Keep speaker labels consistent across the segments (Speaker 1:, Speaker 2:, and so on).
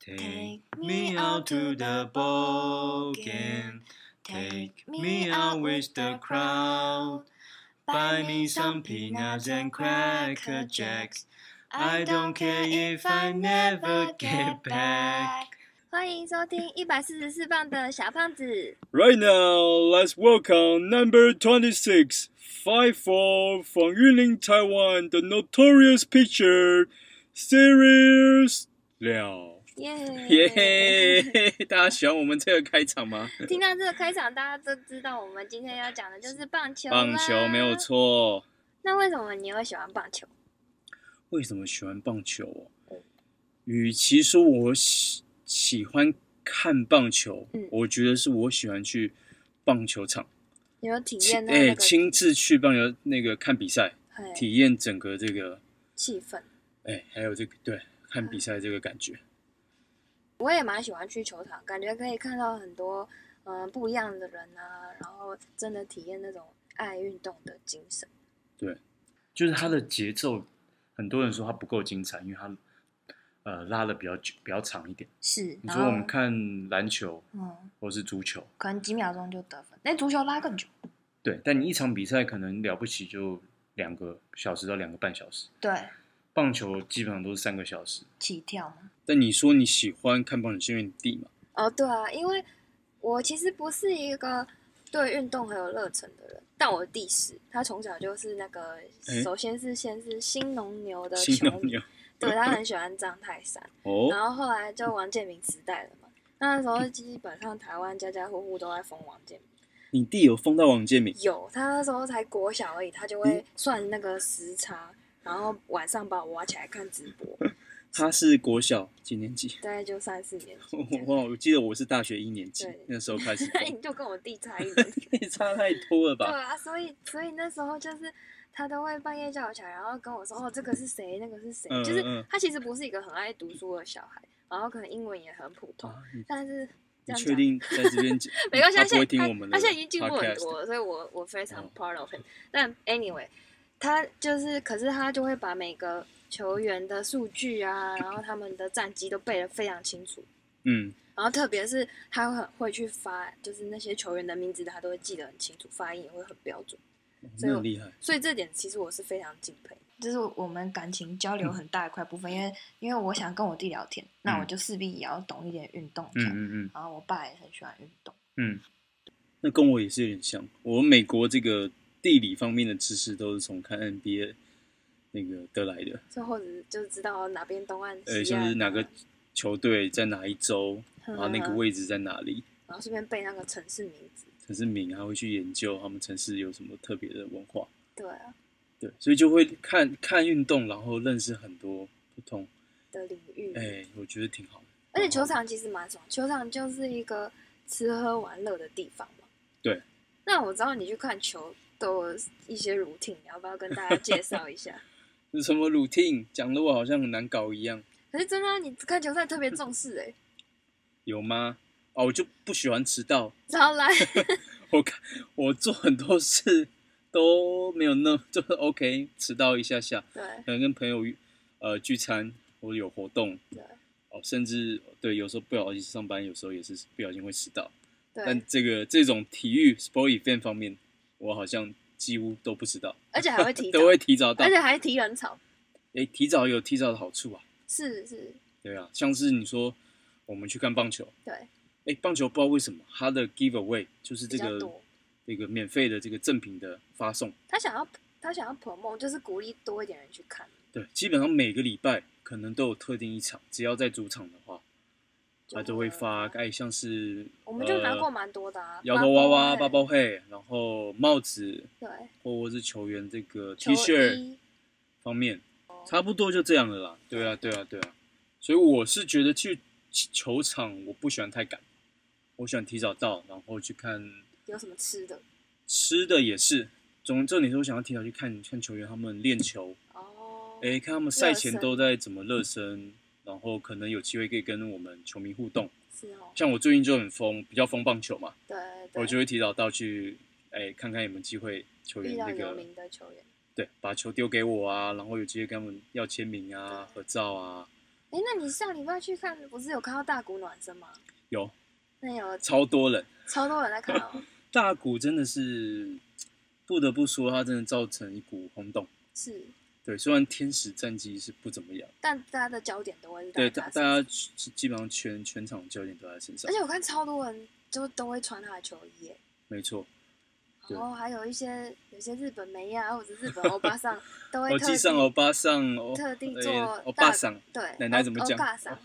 Speaker 1: Take me out to the ball game. Take me out with the crowd. Buy me some peanuts and cracker jacks. I don't care if I never get back.
Speaker 2: 欢迎收听一百四十四磅的小胖子。
Speaker 3: Right now, let's welcome number 26, 5-4 from Yunlin, Taiwan, the notorious pitcher, Serious Liao.
Speaker 2: 耶
Speaker 4: 耶、！ 大家喜欢我们这个开场吗？
Speaker 2: 听到这个开场，大家都知道我们今天要讲的就是棒球。
Speaker 4: 棒球没有。错。
Speaker 2: 那为什么你会喜欢棒球？
Speaker 4: 为什么喜欢棒球哦？
Speaker 1: 嗯
Speaker 4: 与其说我喜喜欢看棒球，
Speaker 2: 嗯
Speaker 4: 我觉得是我喜欢去棒球场，
Speaker 2: 你有体
Speaker 4: 亲
Speaker 2: 验到
Speaker 4: 哎、
Speaker 2: 那个
Speaker 4: 亲自去棒球那个看比赛，
Speaker 2: 嘿
Speaker 4: 体验整个这个
Speaker 2: 气氛？
Speaker 4: 哎、还有这个对看比赛这个感觉。
Speaker 2: 我也蛮喜欢去球场，感觉可以看到很多嗯、呃不一样的人啊，然后真的体验那种爱运动的精神。
Speaker 1: 就是它的节奏，很多人说它不够精彩，因为它呃拉的比较久、比较长一点。
Speaker 5: 是，
Speaker 1: 你
Speaker 5: 然
Speaker 1: 说
Speaker 5: 后
Speaker 1: 我们看篮球
Speaker 5: 嗯，
Speaker 1: 或是足球，
Speaker 5: 可能几秒钟就得分，那足球拉更久。
Speaker 1: 对，但你一场比赛可能了不起就两个小时到两个半小时，
Speaker 5: 对，
Speaker 1: 棒球基本上都是三个小时。
Speaker 5: 起跳嘛，
Speaker 4: 但你说你喜欢看棒球，是因为你弟嘛？
Speaker 2: 哦，对啊，因为我其实不是一个对运动很有热忱的人，但我弟是，他从小就是那个，
Speaker 4: 诶
Speaker 2: 首先是先是新农牛的
Speaker 4: 新
Speaker 2: 球
Speaker 4: 农
Speaker 2: 迷，嗯
Speaker 4: 牛
Speaker 2: 对他很喜欢张泰山，
Speaker 4: 哦，
Speaker 2: 然后后来就王建民时代了嘛，那时候基本上台湾家家户户都在疯王建民，
Speaker 4: 你弟有封到王建民，
Speaker 2: 有他那时候才国小而已，他就会算那个时差，然后晚上把我挖起来看直播，
Speaker 4: 他是国小几年级？
Speaker 2: 大概就三四年级这样，
Speaker 4: 哇，我记得我是大学一年级
Speaker 2: 对
Speaker 4: 那时候 开始
Speaker 2: 那你
Speaker 4: 疯，
Speaker 2: 就跟我弟差一点。
Speaker 4: 差太多了
Speaker 2: 对
Speaker 4: 吧？
Speaker 2: 啊，所以所以那时候就是他都会半夜叫我起来，然后跟我说哦这个是谁，那个是谁，
Speaker 4: 嗯
Speaker 2: 就是
Speaker 4: 嗯嗯
Speaker 2: 他其实不是一个很爱读书的小孩，然后可能英文也很普通，
Speaker 4: 啊，你
Speaker 2: 但是
Speaker 4: 你
Speaker 2: 这样
Speaker 4: 确
Speaker 2: 讲。？
Speaker 4: 定在这边讲
Speaker 2: 没关系，
Speaker 4: 他不
Speaker 2: 他现
Speaker 4: 会
Speaker 2: 在
Speaker 4: 听
Speaker 2: 他
Speaker 4: 我们的。
Speaker 2: 他现在已经进步很多。了，所以我我非常
Speaker 4: 哦
Speaker 2: proud of him。但 anyway，他就是，可是他就会把每个球员的数据啊，然后他们的战绩都背得非常清楚。
Speaker 4: 嗯，
Speaker 2: 然后特别是他会很会去发，就是那些球员的名字，他都会记得很清楚，发音也会很标准。所
Speaker 4: 那
Speaker 2: 以我
Speaker 4: 很厉害。
Speaker 2: 所以这点其实我是非常敬佩。
Speaker 5: 这是我们感情交
Speaker 4: 嗯
Speaker 5: 流很大一块部分，因为因为我想跟我弟聊天，那我就势必也要懂一点运动这
Speaker 1: 嗯
Speaker 5: 样。
Speaker 1: 嗯嗯
Speaker 5: 然后我爸也很喜欢运动，
Speaker 1: 嗯，
Speaker 4: 那跟我也是有点像。我美国这个地理方面的知识都是从看 NBA 那个得来的，
Speaker 2: 就或者是就知道哪边东岸、
Speaker 4: 呃，
Speaker 2: 西岸
Speaker 4: 像是哪个
Speaker 2: 啊，
Speaker 4: 球队在哪一周，
Speaker 2: 嗯
Speaker 4: 然后那个位置在哪里，
Speaker 2: 然后顺便背那个城市名字。
Speaker 4: 城市名，还会去研究他们城市有什么特别的文化。
Speaker 2: 对啊，
Speaker 4: 对，所以就会看看运动，然后认识很多不同，
Speaker 2: 的领域。
Speaker 4: 哎、我觉得挺好的。
Speaker 2: 而且球场其实蛮爽，球场就是一个吃喝玩乐的地方嘛。
Speaker 4: 对。
Speaker 2: 那我知道你去看球都有一些 routine，你要不要跟大家介绍 一下？
Speaker 4: 是什么 routine 讲的我好像很难搞一样，
Speaker 2: 可是真的啊、你看球赛特别重视哎、欸，
Speaker 4: 有吗？哦，我就不喜欢迟到，
Speaker 2: 然后来
Speaker 4: 我看我做很多事都没有那 就是 OK，迟到一下下，
Speaker 2: 对
Speaker 4: 可能跟朋友约呃聚餐，我有活动
Speaker 2: 对，
Speaker 4: 哦，甚至对有时候不小心上班，有时候也是不小心会迟到。
Speaker 2: 对
Speaker 4: 但，这个这种体育 sport event 方面，我好像几乎都不迟到，
Speaker 2: 而且还 会提早
Speaker 4: 都，会提早到
Speaker 2: 而。且还提人潮，
Speaker 4: 诶，提早有提早的好处啊，
Speaker 2: 是是，
Speaker 4: 对啊，像是你说我们去看棒球，
Speaker 2: 对，
Speaker 4: 诶，棒球不知道为什么它的 giveaway 就是
Speaker 2: 比
Speaker 4: 这
Speaker 2: 较
Speaker 4: 个
Speaker 2: 多。
Speaker 4: 这个免费的这个赠品的发送，
Speaker 2: 他想要他想要 promote，就是鼓励多一点人去看，
Speaker 4: 对，基本上每个礼拜可能都有特定一场，只要在主场的话，它都会发，哎，像是
Speaker 2: 嗯我们就拿过
Speaker 4: 呃
Speaker 2: 蛮多的啊，
Speaker 4: 摇头娃娃、
Speaker 2: 八
Speaker 4: 包，包嘿，然后帽子
Speaker 2: 对，
Speaker 4: 或者是球员这个
Speaker 2: 球
Speaker 4: T 恤
Speaker 2: 衣哦
Speaker 4: 方面，差不多就这样了啦。对啊，对啊，对啊。所以我是觉得去球场我不喜欢太赶，我喜欢提早到，然后去看
Speaker 2: 有什么吃的
Speaker 4: 吃的也是。总重点是我想要提早去看看球员他们练球，
Speaker 2: 哦，
Speaker 4: 诶，看他们赛
Speaker 2: 热
Speaker 4: 前
Speaker 2: 身
Speaker 4: 都在怎么热身，然后可能有机会可以跟我们球迷互动。
Speaker 2: 是哦，
Speaker 4: 像我最近就很疯，比较疯棒球嘛，
Speaker 2: 对，对
Speaker 4: 我就会提早到去，诶，看看有没有机会球员
Speaker 2: 遇到
Speaker 4: 那
Speaker 2: 有
Speaker 4: 个
Speaker 2: 名的球员，
Speaker 4: 对，把球丢给我啊，然后有机会跟他们要签名啊、合照啊，
Speaker 2: 哎，那你上礼拜去看，不是有看到大谷暖身吗？
Speaker 4: 有
Speaker 2: 那有
Speaker 4: 超多人，
Speaker 2: 超多人在看哦，
Speaker 4: 大谷真的是不得不说，他真的造成一股轰动。
Speaker 2: 是，
Speaker 4: 对，虽然天使战绩是不怎么样，
Speaker 2: 但大家的焦点都会是
Speaker 4: 对
Speaker 2: 大
Speaker 4: 大
Speaker 2: 家身上
Speaker 4: 大家基基本上全全场焦点都在他身上
Speaker 2: 而，且我看超多人就都会穿他的球衣耶，
Speaker 4: 没错。对
Speaker 2: 然后还有一些有些日本妹呀、或者日本欧 巴桑都会
Speaker 4: 我
Speaker 2: 特地
Speaker 4: 记哦上欧巴上欧
Speaker 2: 特地
Speaker 4: 哎
Speaker 2: 做
Speaker 4: 欧
Speaker 2: 大
Speaker 4: 巴桑，
Speaker 2: 对
Speaker 4: 奶奶怎么
Speaker 2: 欧
Speaker 4: 讲
Speaker 2: 欧 嘎桑，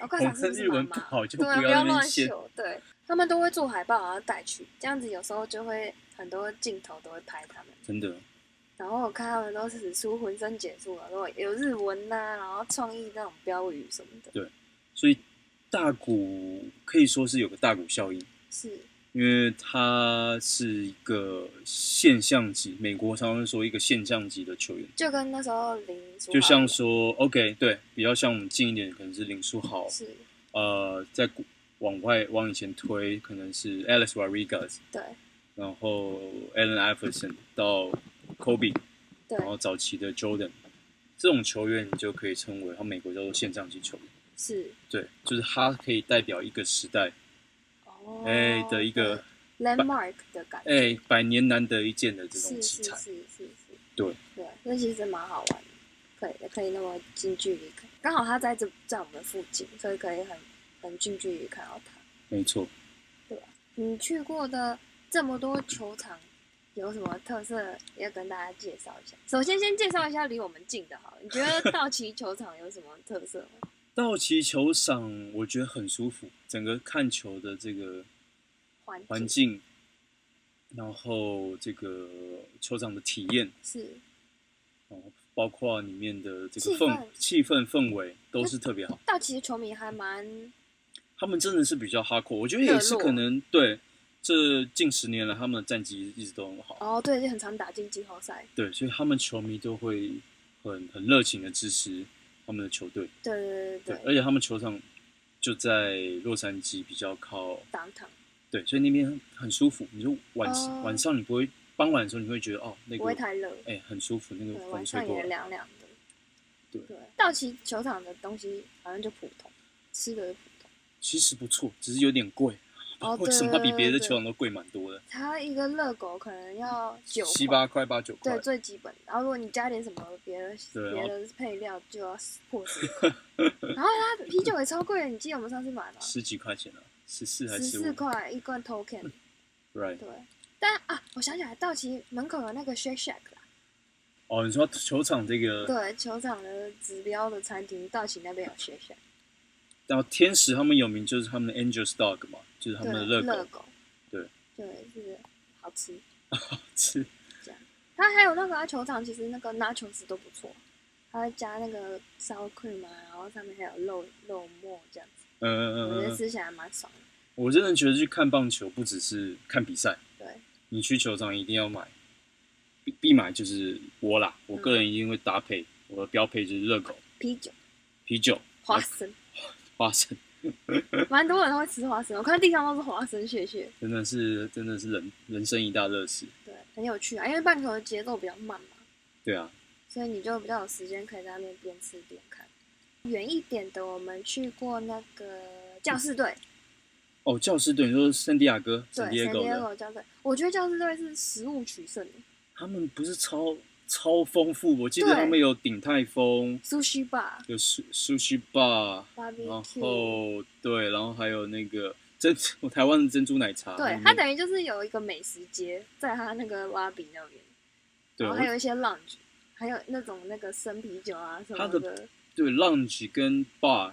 Speaker 2: 欧嘎
Speaker 4: 我
Speaker 2: 桑是
Speaker 4: 们
Speaker 2: 不是
Speaker 4: 日文
Speaker 2: 妈
Speaker 4: 不
Speaker 2: 妈
Speaker 4: 好就
Speaker 2: 对啊，
Speaker 4: 不
Speaker 2: 不
Speaker 4: 要
Speaker 2: 要
Speaker 4: 在那边
Speaker 2: 乱
Speaker 4: 写
Speaker 2: 秀，对他们都会做海报然后带去，这样子有时候就会很多镜头都会拍他们。
Speaker 4: 真的，
Speaker 2: 然后我看他们都使出浑身解数了，都有日文呐、然后创意那种标语什么的，
Speaker 4: 所以大谷可以说是有个大谷效应，
Speaker 2: 是
Speaker 4: 因为他是一个现象级，美国常常说一个现象级的球员，
Speaker 2: 就跟那时候林书豪
Speaker 4: 就像
Speaker 2: 一样
Speaker 4: 说 OK 对，比较像我们近一点可能是林书豪，
Speaker 2: 是
Speaker 4: 呃，在古往外往以前推可能是 Alex Rodriguez，
Speaker 2: 对
Speaker 4: 然后 Allen Iverson 到 Kobe，
Speaker 2: 对
Speaker 4: 然后早期的 Jordan，这种球员你就可以称为他美国叫做现象级球员。
Speaker 2: 是
Speaker 4: 对，就是他可以代表一个时代，
Speaker 2: 哦
Speaker 4: 哎、的一个
Speaker 2: landmark 的感觉，
Speaker 4: 哎、百年难得一见的这种
Speaker 2: 是
Speaker 4: 奇
Speaker 2: 是
Speaker 4: 才
Speaker 2: 是。是是，
Speaker 4: 对
Speaker 2: 对，那其实蛮好玩的，可以可以那么近距离看，刚好他在这在我们附近，所以可以很很近距离看到他。
Speaker 4: 没错，
Speaker 2: 你去过的这么多球场，有什么特色要跟大家介绍一下？首先先介绍一下离我们近的好了，你觉得道奇球场有什么特色吗？
Speaker 4: 道奇球场我觉得很舒服，整个看球的这个
Speaker 2: 环
Speaker 4: 环
Speaker 2: 境
Speaker 4: 境，然后这个球场的体验，
Speaker 2: 是
Speaker 4: 然后包括里面的这
Speaker 2: 气
Speaker 4: 个
Speaker 2: 氛嗯
Speaker 4: 氛气氛氛围都是特别好。
Speaker 2: 道奇的球迷还蛮
Speaker 4: 他们真的是比较哈扣，我觉得也是
Speaker 2: 热络
Speaker 4: 可能对这近十年来他们的战绩一直都很好。
Speaker 2: 哦，对，就很常打进季后赛，
Speaker 4: 对，所以他们球迷都会很很热情的支持他们的球队。
Speaker 2: 对对对对
Speaker 4: 而且他们球场就在洛杉矶，比较靠
Speaker 2: 当场
Speaker 4: 对，所以那边很舒服。你就晚、
Speaker 2: 哦
Speaker 4: 晚上你不会傍晚的时候你会觉得哦，那
Speaker 2: 不
Speaker 4: 个
Speaker 2: 会太热，
Speaker 4: 哎、很舒服，那个
Speaker 2: 对，晚
Speaker 4: 风吹
Speaker 2: 上
Speaker 4: 过
Speaker 2: 也
Speaker 4: 来。
Speaker 2: 凉凉的。
Speaker 4: 对
Speaker 2: 道奇球场的东西好像就普通，吃的普通。
Speaker 4: 其实不错，只是有点贵。
Speaker 2: 哦
Speaker 4: 为什么它比别的球场
Speaker 2: 对
Speaker 4: 都贵蛮多的？
Speaker 2: 它一个热狗可能要九
Speaker 4: 七
Speaker 2: 块
Speaker 4: 八块、八九块
Speaker 2: 对，，最基本的。然后如果你加点什么别的
Speaker 4: 对
Speaker 2: 别
Speaker 4: 然后
Speaker 2: 的配料，就要 破十块。然后它啤酒也超贵的，你记得我们上次买吗？
Speaker 4: 十几块钱啊，十四还
Speaker 2: 十
Speaker 4: 是十
Speaker 2: 四
Speaker 4: 五
Speaker 2: 块一罐 token，
Speaker 4: ？Right？
Speaker 2: 对。但啊，我想起来，道奇门口有那个 Shake Shack 啦，
Speaker 4: 哦，你说球场这个，
Speaker 2: 对，球场的指标的餐厅，道奇那 边有 Shake Shack，
Speaker 4: 然后天使他们有名就是他们的 Angels Dog 嘛，就是他们的
Speaker 2: 对，
Speaker 4: 热
Speaker 2: 热
Speaker 4: 狗
Speaker 2: 狗，
Speaker 4: 对，
Speaker 2: 对，是好吃。
Speaker 4: 吃。
Speaker 2: 它还有那个啊球场，其实那个 nachos 都不错，它会加那个 sour cream 啊，然后上面还有肉肉末这样子，
Speaker 4: 嗯嗯
Speaker 2: 我
Speaker 4: 嗯
Speaker 2: 觉得
Speaker 4: 嗯，
Speaker 2: 吃起来蛮爽的。
Speaker 4: 我真的觉得去看棒球不只是看比赛，
Speaker 2: 对，
Speaker 4: 你去球场一定要买，必必买就是我啦，我
Speaker 2: 嗯
Speaker 4: 个人一定会搭配，我的标配就是热狗、
Speaker 2: 啤 酒、
Speaker 4: 啤酒、
Speaker 2: 花生，
Speaker 4: 花生，
Speaker 2: 蛮多人都会吃花生，我看地上都是花生屑屑，
Speaker 4: 真的是真的是人人生一大乐事。
Speaker 2: 对，很有趣啊。因为棒球的节奏比较慢嘛，
Speaker 4: 对啊，
Speaker 2: 所以你就比较有时间可以在那边边吃边看。远一点的，我们去过那个教士队，
Speaker 4: 哦，教师队，你说圣地亚哥、
Speaker 2: 对
Speaker 4: 圣，地亚
Speaker 2: 圣
Speaker 4: 哥
Speaker 2: 地亚
Speaker 4: 的，
Speaker 2: 哥教士队，我觉得教士队是食物取胜的
Speaker 4: 他们不是超超丰富，我记得
Speaker 2: 对
Speaker 4: 他们有鼎泰丰，
Speaker 2: ，sushi bar、
Speaker 4: 有苏苏西吧，然
Speaker 2: barbecue，
Speaker 4: 后对，然后还有那个珍珠台湾的珍珠奶茶，
Speaker 2: 对，它
Speaker 4: 他
Speaker 2: 等于就是有一个美食街，在它那个拉比那边，
Speaker 4: 对
Speaker 2: 然后
Speaker 4: 我
Speaker 2: 还有一些 lounge，还有那种那个生啤酒啊什么
Speaker 4: 它的
Speaker 2: 的，
Speaker 4: 对 lounge 跟 bar，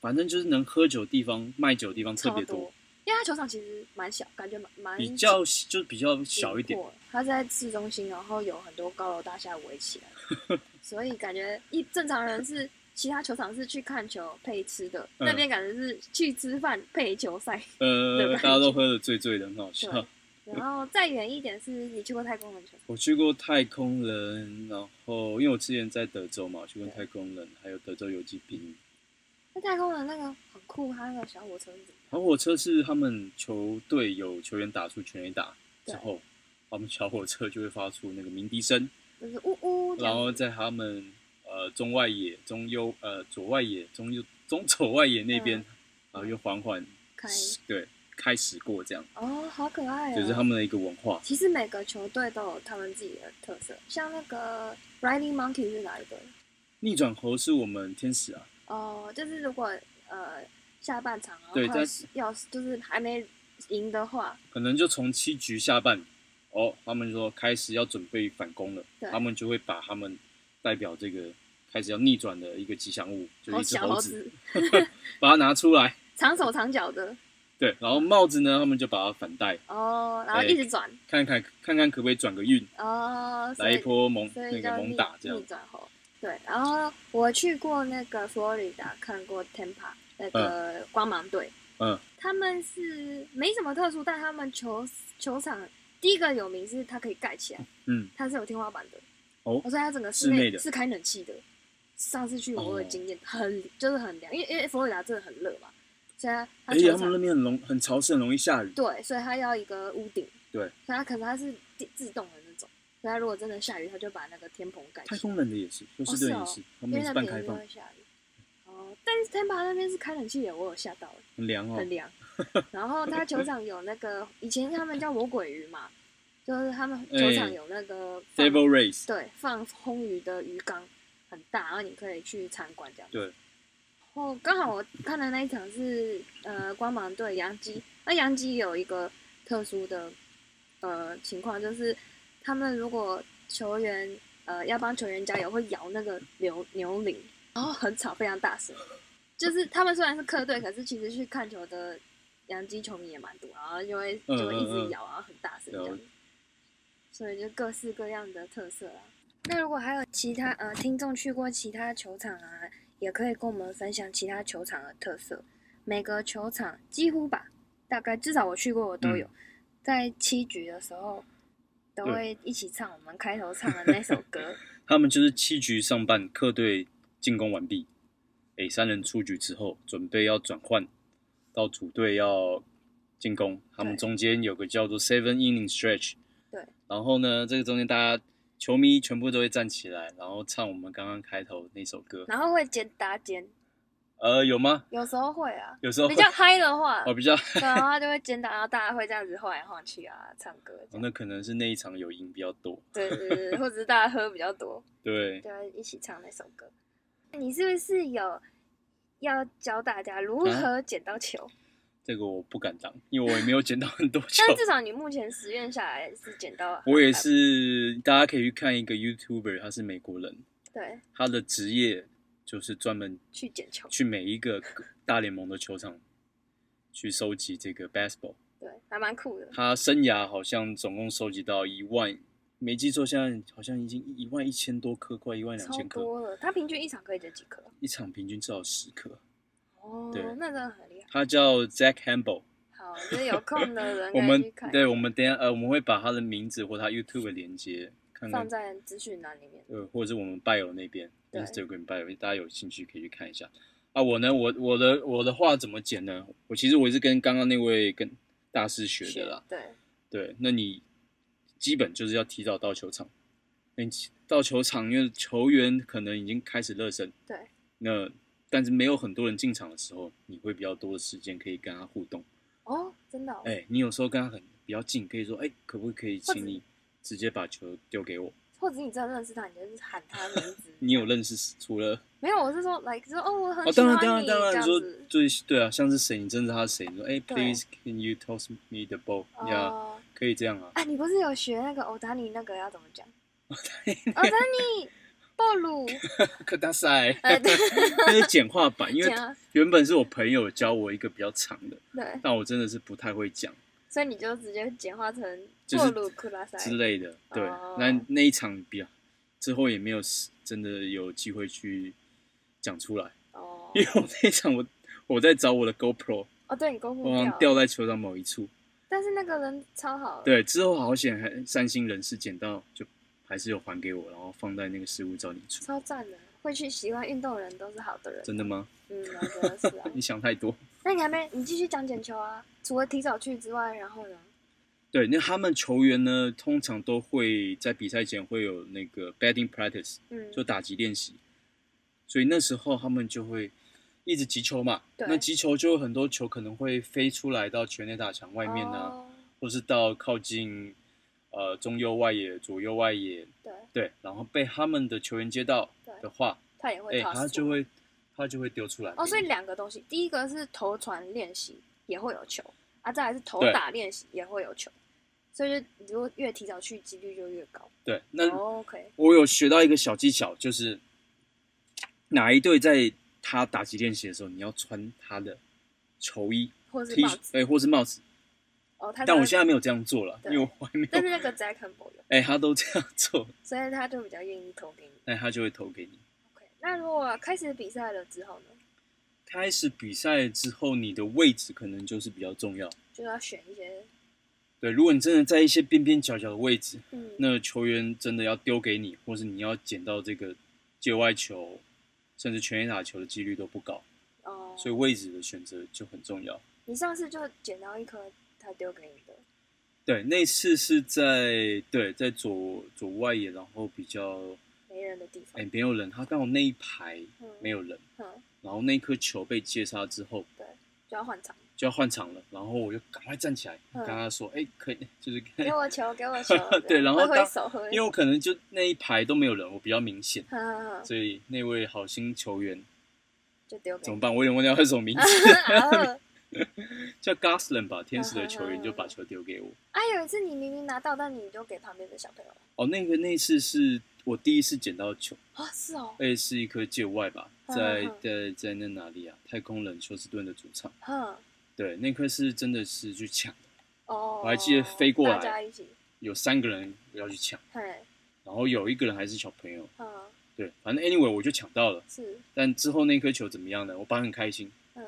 Speaker 4: 反正就是能喝酒的地方、卖酒的地方特
Speaker 2: 超
Speaker 4: 别
Speaker 2: 多
Speaker 4: 多，，
Speaker 2: 因为它球场其实蛮小，感觉蛮蛮
Speaker 4: 比较就是比较小一点
Speaker 2: 紧。迫。它在市中心，然后有很多高楼大厦围起来， 所以感觉一正常人是其他球场是去看球配吃的，
Speaker 4: 嗯
Speaker 2: 那边感觉是去吃饭配球 赛。
Speaker 4: 呃
Speaker 2: 对，吧
Speaker 4: 大家都喝的醉醉的，很好
Speaker 2: 对
Speaker 4: 笑。
Speaker 2: 然后再远一点是你去过太空人球场，
Speaker 4: 我去过太空人，然后因为我之前在德州嘛，我去过
Speaker 2: 对
Speaker 4: 太空人，还有德州游击兵。
Speaker 2: 那太空人那个很酷，它那个小火车是怎么？
Speaker 4: 小火车是他们球队有球员打出全垒打之
Speaker 2: 对
Speaker 4: 后，他们小火车就会发出那个鸣笛声，
Speaker 2: 就是呜呜这
Speaker 4: 然
Speaker 2: 样
Speaker 4: 后
Speaker 2: 子，
Speaker 4: 在他们呃呃中外野、中右呃左外野、中右中左外野那边，
Speaker 2: 嗯
Speaker 4: 然后又缓缓
Speaker 2: 开
Speaker 4: 对开始过这样，
Speaker 2: 哦，好可爱哦。
Speaker 4: 就是他们的一个文化。
Speaker 2: 其实每个球队都有他们自己的特色，像那个 Riding Monkey 是哪一队？
Speaker 4: 逆转猴是我们天使啊，
Speaker 2: 哦，就是如果呃下半场然后
Speaker 4: 对
Speaker 2: 快
Speaker 4: 但是
Speaker 2: 要是就是还没赢的话，
Speaker 4: 可能就从七局下半，哦，他们说开始要准备反攻了
Speaker 2: 对，
Speaker 4: 他们就会把他们代表这个开始要逆转的一个吉祥物，就是
Speaker 2: 好
Speaker 4: 一只
Speaker 2: 小
Speaker 4: 猴子，
Speaker 2: 子，
Speaker 4: 把它拿出来，
Speaker 2: 长手长脚的
Speaker 4: 对，然后帽子呢，他们就把它反戴，
Speaker 2: 哦，然后
Speaker 4: 哎
Speaker 2: 一直转
Speaker 4: 看看看看可不可以转个运，
Speaker 2: 哦，所
Speaker 4: 来一
Speaker 2: 以
Speaker 4: 波猛
Speaker 2: 所
Speaker 4: 那
Speaker 2: 以
Speaker 4: 个
Speaker 2: 叫
Speaker 4: 猛
Speaker 2: 逆
Speaker 4: 打这
Speaker 2: 逆
Speaker 4: 样。
Speaker 2: 转后。对，然后我去过那个佛罗里达，看过 Tampa 那个光芒队，
Speaker 4: 嗯，
Speaker 2: 他们是没什么特殊，但他们球球场第一个有名是它可以盖起来，
Speaker 4: 嗯，
Speaker 2: 它是有天花板的，
Speaker 4: 哦
Speaker 2: 我说它整个
Speaker 4: 室
Speaker 2: 内
Speaker 4: 内的
Speaker 2: 是开冷气的。上次去
Speaker 4: 哦
Speaker 2: 我有经验，很就是很凉，因为因为佛罗里达真的很热嘛，所以它它
Speaker 4: 而
Speaker 2: 球
Speaker 4: 且哎他
Speaker 2: 场、
Speaker 4: 们那边很容很潮湿，很容易下雨。
Speaker 2: 对，所以它要一个屋顶，
Speaker 4: 对
Speaker 2: 所以它可能它是自自动的那种，所以它如果真的下雨，它就把那个天棚盖起
Speaker 4: 太
Speaker 2: 来。
Speaker 4: 空人的也是，休斯
Speaker 2: 是
Speaker 4: 顿
Speaker 2: 哦
Speaker 4: 也是，他们
Speaker 2: 因为
Speaker 4: 也
Speaker 2: 那
Speaker 4: 是半
Speaker 2: 边
Speaker 4: 开
Speaker 2: 就
Speaker 4: 放
Speaker 2: 会，下雨。哦，但是 Tampa 那边是开冷气的，我有吓到，
Speaker 4: 很凉哦
Speaker 2: 很。凉。然后他球场有那个以前他们叫魔鬼鱼嘛，就是他们球 场
Speaker 4: 哎
Speaker 2: 有那个放
Speaker 4: Devil Race，
Speaker 2: 对放红鱼的鱼缸很大，然后你可以去参观这样。
Speaker 4: 对。
Speaker 2: 哦，刚好我看的那一场是呃光芒队洋基，那洋基有一个特殊的呃情况，就是他们如果球员呃要帮球员加油，会摇那个牛牛铃，然后很吵，非常大声。就是他们虽然是客队，可是其实去看球的洋基球迷也蛮多，然后就会就会
Speaker 4: 嗯
Speaker 2: 一
Speaker 4: 嗯
Speaker 2: 直
Speaker 4: 嗯
Speaker 2: 摇，然啊后很大声这
Speaker 4: 了
Speaker 2: 样
Speaker 4: 解。
Speaker 2: 所以就各式各样的特色啊。那如果还有其他呃听众去过其他球场啊，也可以跟我们分享其他球场的特色。每个球场几乎吧，大概至少我去过我都有，在七局的时候都
Speaker 4: 嗯对
Speaker 2: 会一起唱我们开头唱的那首歌。
Speaker 4: 他们就是七局上半，客队进攻完毕，诶，三人出局之后，准备要转换到主队要进攻，他们
Speaker 2: 对
Speaker 4: 中间有个叫做 Seven Inning Stretch，
Speaker 2: 对，
Speaker 4: 然后呢，这个中间大家球迷全部都会站起来，然后唱我们刚刚开头那首歌，
Speaker 2: 然后会简搭肩，
Speaker 4: 呃，有吗？
Speaker 2: 有时候会啊，
Speaker 4: 有时候
Speaker 2: 比
Speaker 4: 会
Speaker 2: 较嗨的话，
Speaker 4: 哦，比较，
Speaker 2: 对，然后就会简搭，然后大家会这样子晃来晃去啊，唱歌这样。
Speaker 4: 那可能是那一场有赢比较多，
Speaker 2: 对对对，对或者是大家喝比较多，
Speaker 4: 对，
Speaker 2: 就会一起唱那首歌。你是不是有要教大家如
Speaker 4: 啊
Speaker 2: 何捡到球？
Speaker 4: 这个我不敢当，因为我也没有捡到很多球。
Speaker 2: 但至少你目前实验下来是捡到。
Speaker 4: 我也。是，大家可以去看一个 YouTuber，他是美国人，
Speaker 2: 对，
Speaker 4: 他的职业就是专门
Speaker 2: 去捡球。
Speaker 4: 去每一个大联盟的球场去收集这个 baseball。
Speaker 2: 对，还蛮酷的。
Speaker 4: 他生涯好像总共收集到一万，没记错，现在好像已经一万一千多颗，快一万两
Speaker 2: 超
Speaker 4: 千颗，
Speaker 2: 多了，他平均一场可以捡几颗？
Speaker 4: 一场平均至少十颗。
Speaker 2: 哦
Speaker 4: 对，
Speaker 2: 那真的很厉害。
Speaker 4: 他叫 Zach Campbell，
Speaker 2: 好，就是有 空的人
Speaker 4: 我
Speaker 2: 可以
Speaker 4: 们
Speaker 2: 去看一下，
Speaker 4: 对，我们等一下呃，我们会把他的名字或他 YouTube 的连接看看
Speaker 2: 放在资讯栏里面。
Speaker 4: 呃，或者是我们 bio 那边
Speaker 2: 对
Speaker 4: ，Instagram bio，大家有兴趣可以去看一下。啊，我呢，我我的我的话怎么剪呢？我其实我是跟刚刚那位跟大师学的啦。
Speaker 2: 对，
Speaker 4: 对，那你基本就是要提早到球场。那你到球场，因为球员可能已经开始热身。
Speaker 2: 对。
Speaker 4: 那但是没有很多人进场的时候，你会比较多的时间可以跟他互动。
Speaker 2: 哦，真的、哦。
Speaker 4: 哎、你有时候跟他很比较近，可以说，哎、可不可以
Speaker 2: 或者
Speaker 4: 请你直接把球丢给我？
Speaker 2: 或者你真的认识他，你就是喊他名字。
Speaker 4: 你有认识除了
Speaker 2: 没有？我是说，like 说哦，我很
Speaker 4: 哦，
Speaker 2: 喜
Speaker 4: 当
Speaker 2: 欢
Speaker 4: 然，当然，
Speaker 2: 你
Speaker 4: 当
Speaker 2: 这
Speaker 4: 然，
Speaker 2: 样
Speaker 4: 你说
Speaker 2: 子。
Speaker 4: 最对啊，像是谁，你认识他是谁，你说哎
Speaker 2: 对
Speaker 4: ，please can you toss me the ball？呀，
Speaker 2: 哦，
Speaker 4: 可以这样啊，
Speaker 2: 啊，你不是有学那个欧达尼那个要怎么讲？ 欧达尼，暴露，
Speaker 4: 可大赛，
Speaker 2: 哎，对
Speaker 4: 那是简化版，因为
Speaker 2: 讲啊
Speaker 4: 原本是我朋友教我一个比较长的，
Speaker 2: 对，
Speaker 4: 但我真的是不太会讲
Speaker 2: 所以你就直接简化成
Speaker 4: 就
Speaker 2: 暴
Speaker 4: 是
Speaker 2: 露库拉塞。
Speaker 4: 之类的，对
Speaker 2: 哦，
Speaker 4: 那那一场比较之后也没有真的有机会去讲出来，
Speaker 2: 哦
Speaker 4: 因为我那一场我我在找我的 GoPro，
Speaker 2: 哦，对你功夫
Speaker 4: 我好像
Speaker 2: 掉
Speaker 4: 掉
Speaker 2: 了，
Speaker 4: 在球场某一处，
Speaker 2: 但是那个人超好，，
Speaker 4: 对，之后好险还三星人士捡到，就还是有还给我，然后放在那个失物招领处。
Speaker 2: 超赞的。会去喜欢运动的人都是好的人，
Speaker 4: 真的吗？。
Speaker 2: 嗯，我觉得是 啊
Speaker 4: 你想太多。
Speaker 2: 那你还没，你继续讲捡球啊？除了提早去之外，然后呢？
Speaker 4: 对，那他们球员呢，通常都会在比赛前会有那个 batting practice，
Speaker 2: 嗯，
Speaker 4: 就打击练习。所以那时候他们就会一直击球嘛。
Speaker 2: 对
Speaker 4: 那击球就有很多球可能会飞出来到全垒打墙外面啊，
Speaker 2: 哦
Speaker 4: 或是到靠近呃中右外野、左右外野，
Speaker 2: 对，
Speaker 4: 对，然后被他们的球员接到的话，
Speaker 2: 他也
Speaker 4: 哎、
Speaker 2: 会 toss
Speaker 4: 他就
Speaker 2: 球
Speaker 4: 会他就会丢出来给你。
Speaker 2: 哦，所以两个东西，第一个是投传练习也会有球啊，再来是投
Speaker 4: 对
Speaker 2: 打练习也会有球，所以就如果越提早去，几率就越高。
Speaker 4: 对，那
Speaker 2: 哦 OK，
Speaker 4: 我有学到一个小技巧，就是哪一队在他打击练习的时候，你要穿他的球衣、
Speaker 2: 或是
Speaker 4: T
Speaker 2: 帽
Speaker 4: 恤，
Speaker 2: 子
Speaker 4: 哎、或是帽子。
Speaker 2: 哦，他
Speaker 4: 但
Speaker 2: 大
Speaker 4: 我
Speaker 2: 概
Speaker 4: 现在没有这样做了，因
Speaker 2: 对
Speaker 4: 为我还没
Speaker 2: 但
Speaker 4: 有。
Speaker 2: 是那个 z a c k a n b o 有，
Speaker 4: 哎、他都这样做，
Speaker 2: 所以他就比较愿意投给你。
Speaker 4: 那他就会投给你。
Speaker 2: OK，那如果开始比赛了之后呢，
Speaker 4: 开始比赛之后，你的位置可能就是比较重要。
Speaker 2: 就要选一些
Speaker 4: 对，如果你真的在一些边边角角的位置，
Speaker 2: 嗯，
Speaker 4: 那球员真的要丢给你，或是你要捡到这个界外球，甚至全垒打球的几率都不高，
Speaker 2: 哦，
Speaker 4: 所以位置的选择就很重要。
Speaker 2: 你上次就捡到一颗他丢给你的，
Speaker 4: 对，那次是在对在左左外野，然后比较
Speaker 2: 没人的地方
Speaker 4: 哎、，没有人，他刚好那一排
Speaker 2: 嗯，
Speaker 4: 没，有人，
Speaker 2: 嗯，
Speaker 4: 然后那颗球被接杀之后
Speaker 2: 就要换 场，
Speaker 4: 就要换场了，然后我就赶快站起来跟
Speaker 2: 嗯
Speaker 4: 他说，哎、可以就是，
Speaker 2: 给我球，给我球
Speaker 4: 对然后
Speaker 2: 挥挥
Speaker 4: 当
Speaker 2: 手，挥挥手，
Speaker 4: 因为我可能就那一排都没有人，我比较明显，
Speaker 2: 哼哼哼
Speaker 4: 所以那位好心球员
Speaker 2: 就丢给
Speaker 4: 怎么
Speaker 2: 你。
Speaker 4: 办？我有点忘掉他什么名字，
Speaker 2: 啊
Speaker 4: 叫 Goslin 吧，天使的球
Speaker 2: 嗯
Speaker 4: 员就把球丢给我。
Speaker 2: 啊！有一次你明明拿到，但你就给旁边的小朋友了。
Speaker 4: 哦，那个那次是我第一次捡到球，
Speaker 2: 啊，是哦，
Speaker 4: 而且是一颗界外吧，
Speaker 2: 嗯
Speaker 4: 在
Speaker 2: 嗯
Speaker 4: 在在那哪里啊？太空人休斯顿的主场。
Speaker 2: 哼，
Speaker 4: 对，那颗是真的是去抢的，
Speaker 2: 哦，
Speaker 4: 我还记得飞过来
Speaker 2: 大家一起，
Speaker 4: 有三个人要去抢，
Speaker 2: 嘿，
Speaker 4: 然后有一个人还是小朋友。
Speaker 2: 嗯，
Speaker 4: 对，反正 anyway 我就抢到了，
Speaker 2: 是，
Speaker 4: 但之后那颗球怎么样呢？我爸很开心，
Speaker 2: 嗯，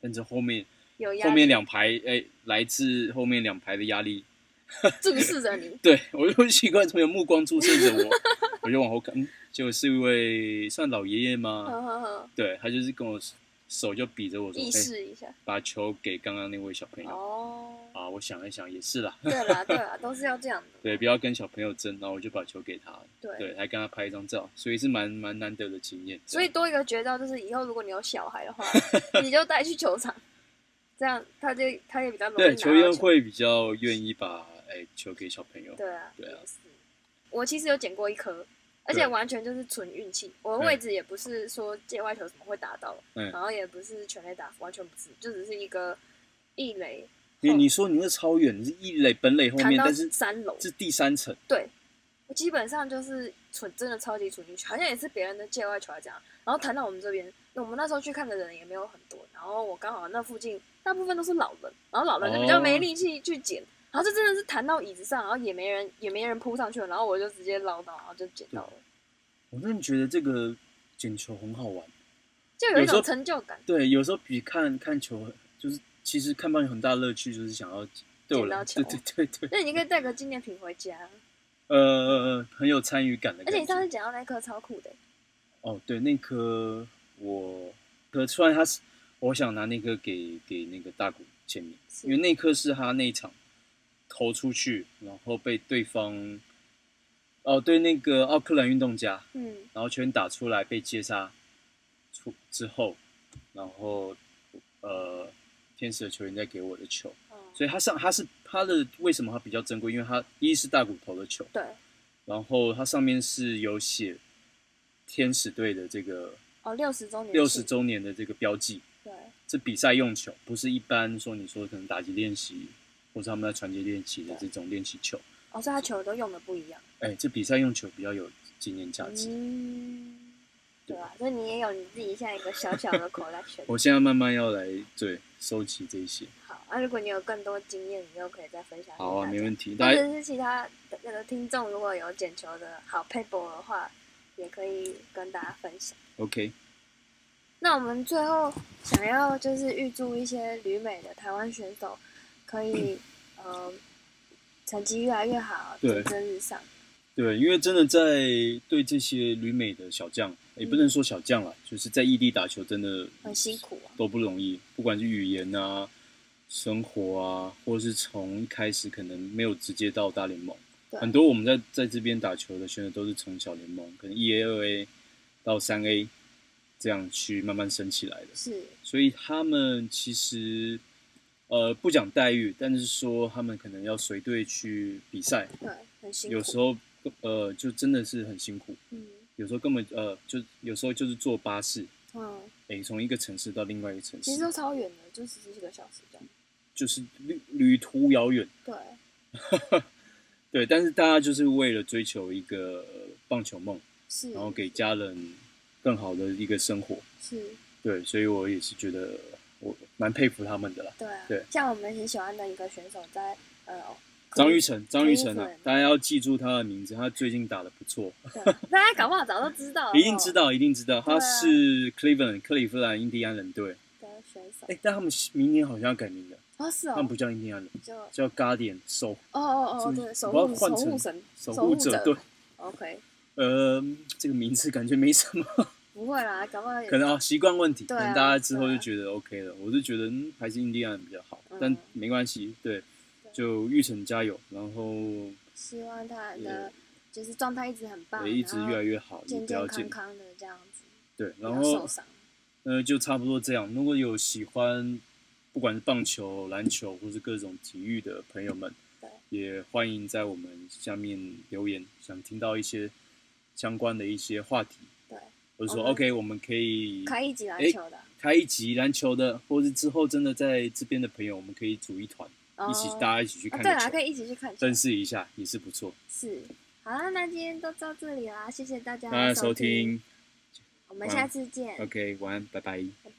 Speaker 4: 但是后面
Speaker 2: 有压力，
Speaker 4: 后面两排，哎、来自后面两排的压力，
Speaker 2: 注视 着你，
Speaker 4: 对我就习惯从有目光注视着我，我就往后看，嗯结果是一位算老爷爷吗？
Speaker 2: 呵呵呵，
Speaker 4: 对他就是跟我手就比着我说，
Speaker 2: 嗯意
Speaker 4: 哎、
Speaker 2: 识一下。
Speaker 4: 把球给刚刚那位小朋友、
Speaker 2: 哦，
Speaker 4: 啊，我想一想也是啦，
Speaker 2: 对啦，对啦，都是要这样的。
Speaker 4: 对，不要跟小朋友争，然后我就把球给他，
Speaker 2: 对，
Speaker 4: 对，还跟他拍一张照，所以是蛮蛮难得的经验。
Speaker 2: 所以多一个绝招就是，以后如果你有小孩 的话，你就带去球场，这样他就他也比较容易
Speaker 4: 对
Speaker 2: 拿到
Speaker 4: 球员会比较愿意把哎、球给小朋友，
Speaker 2: 对啊，
Speaker 4: 对啊
Speaker 2: 也是。我其实有捡过一颗，而且完全就是纯运气。我的位置也不是说界外球什么会打到，
Speaker 4: 嗯
Speaker 2: 然后也不是全垒打，完全不是，就只是一个一垒
Speaker 4: 因为你说你那超远，你是一垒本垒后
Speaker 2: 弹
Speaker 4: 面，
Speaker 2: 哦到
Speaker 4: 但是
Speaker 2: 三楼。
Speaker 4: 是第三层，
Speaker 2: 对，我基本上就是纯真的超级纯运气，好像也是别人的界外球还这样，然后弹到我们这边。我们那时候去看的人也没有很多，然后我刚好那附近大部分都是老人，然后老人就比较
Speaker 4: 哦
Speaker 2: 没力气去捡，然后就真的是弹到椅子上，然后也没人也没人扑上去了，然后我就直接捞到，然后就捡到了，
Speaker 4: 嗯我真的觉得这个捡球很好玩。
Speaker 2: 就有一
Speaker 4: 有时候
Speaker 2: 种成就感，
Speaker 4: 对，有时候比看看球，就是其实看棒有很大乐趣，就是想要对我
Speaker 2: 捡
Speaker 4: 来，
Speaker 2: 到球
Speaker 4: 对对对对，
Speaker 2: 那你可以带个纪念品回家，
Speaker 4: 呃，很有参与感的
Speaker 2: 而且你
Speaker 4: 感
Speaker 2: 上
Speaker 4: 觉。
Speaker 2: 次捡到那颗超酷的，欸
Speaker 4: 哦，对，那颗我，可虽然他是，我想拿那颗给给那个大谷签名，
Speaker 2: 是
Speaker 4: 因为那颗是他那一场投出去，然后被对方，哦，对，那个奥克兰运动家，
Speaker 2: 嗯，
Speaker 4: 然后全打出来被接杀出之后，然后呃，天使的球员再给我的球，
Speaker 2: 哦，
Speaker 4: 所以他上他是他的为什么他比较珍贵？因为他一是大骨头的球，
Speaker 2: 对，
Speaker 4: 然后它上面是有写天使队的这个
Speaker 2: 哦，六十周年庆，
Speaker 4: 六十周年的这个标记，
Speaker 2: 对，
Speaker 4: 是比赛用球，不是一般说你说可能打击练习或者他们在传接练习的这种练习球。
Speaker 2: 哦，所以他球都用的不一样，
Speaker 4: 哎，这比赛用球比较有纪念价值。
Speaker 2: 嗯，对啊，所以你也有你自己像一个小小的 collection。
Speaker 4: 我现在慢慢要来对收集这些，
Speaker 2: 好，那、如果你有更多经验，你又可以再分享给
Speaker 4: 好啊，
Speaker 2: 大
Speaker 4: 没
Speaker 2: 家
Speaker 4: 问题。
Speaker 2: 或
Speaker 4: 大家
Speaker 2: 者是其他的那个听众如果有捡球的好 paper 的话，也可以跟大家分享。
Speaker 4: OK，
Speaker 2: 那我们最后想要就是预祝一些旅美的台湾选手可以，呃，成绩越来越好，
Speaker 4: 对
Speaker 2: 蒸蒸日上。
Speaker 4: 对，因为真的在对这些旅美的小将，也不能说小将了，就是在异地打球真的
Speaker 2: 很辛苦啊
Speaker 4: 都不容易，不管是语言啊、生活啊，或者是从一开始可能没有直接到大联盟，
Speaker 2: 对
Speaker 4: 很多我们在在这边打球的选手都是从小联盟，可能一 A、二 A 到三 A，这样去慢慢升起来的。
Speaker 2: 是
Speaker 4: 所以他们其实呃不讲待遇，但是说他们可能要随队去比赛，
Speaker 2: 对，很辛苦。
Speaker 4: 有时候呃就真的是很辛苦，
Speaker 2: 嗯
Speaker 4: 有时候根本呃就有时候就是坐巴士，
Speaker 2: 嗯，
Speaker 4: 诶，从一个城市到另外一个城
Speaker 2: 其实都
Speaker 4: 市，
Speaker 2: 超远的，就十几个小时这样。
Speaker 4: 就是旅旅途遥远，
Speaker 2: 对，
Speaker 4: 对，但是大家就是为了追求一个呃棒球梦，
Speaker 2: 是
Speaker 4: 然后给家人更好的一个生活，
Speaker 2: 是，
Speaker 4: 对，所以我也是觉得我蛮佩服他们的啦。
Speaker 2: 对啊。
Speaker 4: 对
Speaker 2: 像我们很喜欢的一个选手在呃，
Speaker 4: 张玉成，张玉成
Speaker 2: 张
Speaker 4: 啊
Speaker 2: 玉成，
Speaker 4: 大家要记住他的名字，他最近打的不错，
Speaker 2: 对啊大家搞不好早都知 道，
Speaker 4: 一定知道，一定知道，
Speaker 2: 对啊
Speaker 4: 他是 Cleveland 克利夫兰印第安人队。
Speaker 2: 的选手
Speaker 4: 哎、。但他们明年好像要改名了，
Speaker 2: 哦，是
Speaker 4: 他
Speaker 2: 哦
Speaker 4: 们，不叫印第安人，
Speaker 2: 就哦
Speaker 4: 叫 Guardian 守
Speaker 2: 哦哦，
Speaker 4: 是
Speaker 2: 对，守
Speaker 4: 我不
Speaker 2: 护
Speaker 4: 知道
Speaker 2: 守
Speaker 4: 换成
Speaker 2: 护神，
Speaker 4: 守
Speaker 2: 护
Speaker 4: 护者队。
Speaker 2: OK，
Speaker 4: 呃，这个名字感觉没什么，
Speaker 2: 不会啦，搞不好
Speaker 4: 可能啊习惯问题，
Speaker 2: 对啊
Speaker 4: 可能大家之后
Speaker 2: 对啊
Speaker 4: 就觉得 OK 了。我是觉得、嗯、还是印第安人比较好，
Speaker 2: 嗯
Speaker 4: 但没关系，对，就玉成加油，然后
Speaker 2: 希望他的
Speaker 4: 也
Speaker 2: 就是状态一直很棒，
Speaker 4: 也一直越来
Speaker 2: 越
Speaker 4: 越好，你
Speaker 2: 健
Speaker 4: 不要
Speaker 2: 健
Speaker 4: 紧
Speaker 2: 康，康的这样子，
Speaker 4: 对，
Speaker 2: 不
Speaker 4: 然
Speaker 2: 要
Speaker 4: 后
Speaker 2: 受伤。
Speaker 4: 呃，就差不多这样。如果有喜欢不管是棒球、篮球或是各种体育的朋友们
Speaker 2: 对，
Speaker 4: 也欢迎在我们下面留言，想听到一些相关的一些话题，
Speaker 2: 对，
Speaker 4: 或者说
Speaker 2: 我们
Speaker 4: OK，我们可以
Speaker 2: 开一级篮
Speaker 4: 诶
Speaker 2: 球的，
Speaker 4: 开一集篮球的，或是之后真的在这边的朋友，我们可以组一团，一起
Speaker 2: 哦
Speaker 4: 大家一起去
Speaker 2: 啊
Speaker 4: 看
Speaker 2: 对
Speaker 4: 个
Speaker 2: 啦，
Speaker 4: 球
Speaker 2: 可，以一起去看球
Speaker 4: 认。识一下也是不错。
Speaker 2: 是，好啦，那今天都到这里啦，谢谢大家
Speaker 4: 大家
Speaker 2: 收
Speaker 4: 收听
Speaker 2: 我们下次见，
Speaker 4: ，OK，晚安，拜拜。
Speaker 2: 拜拜。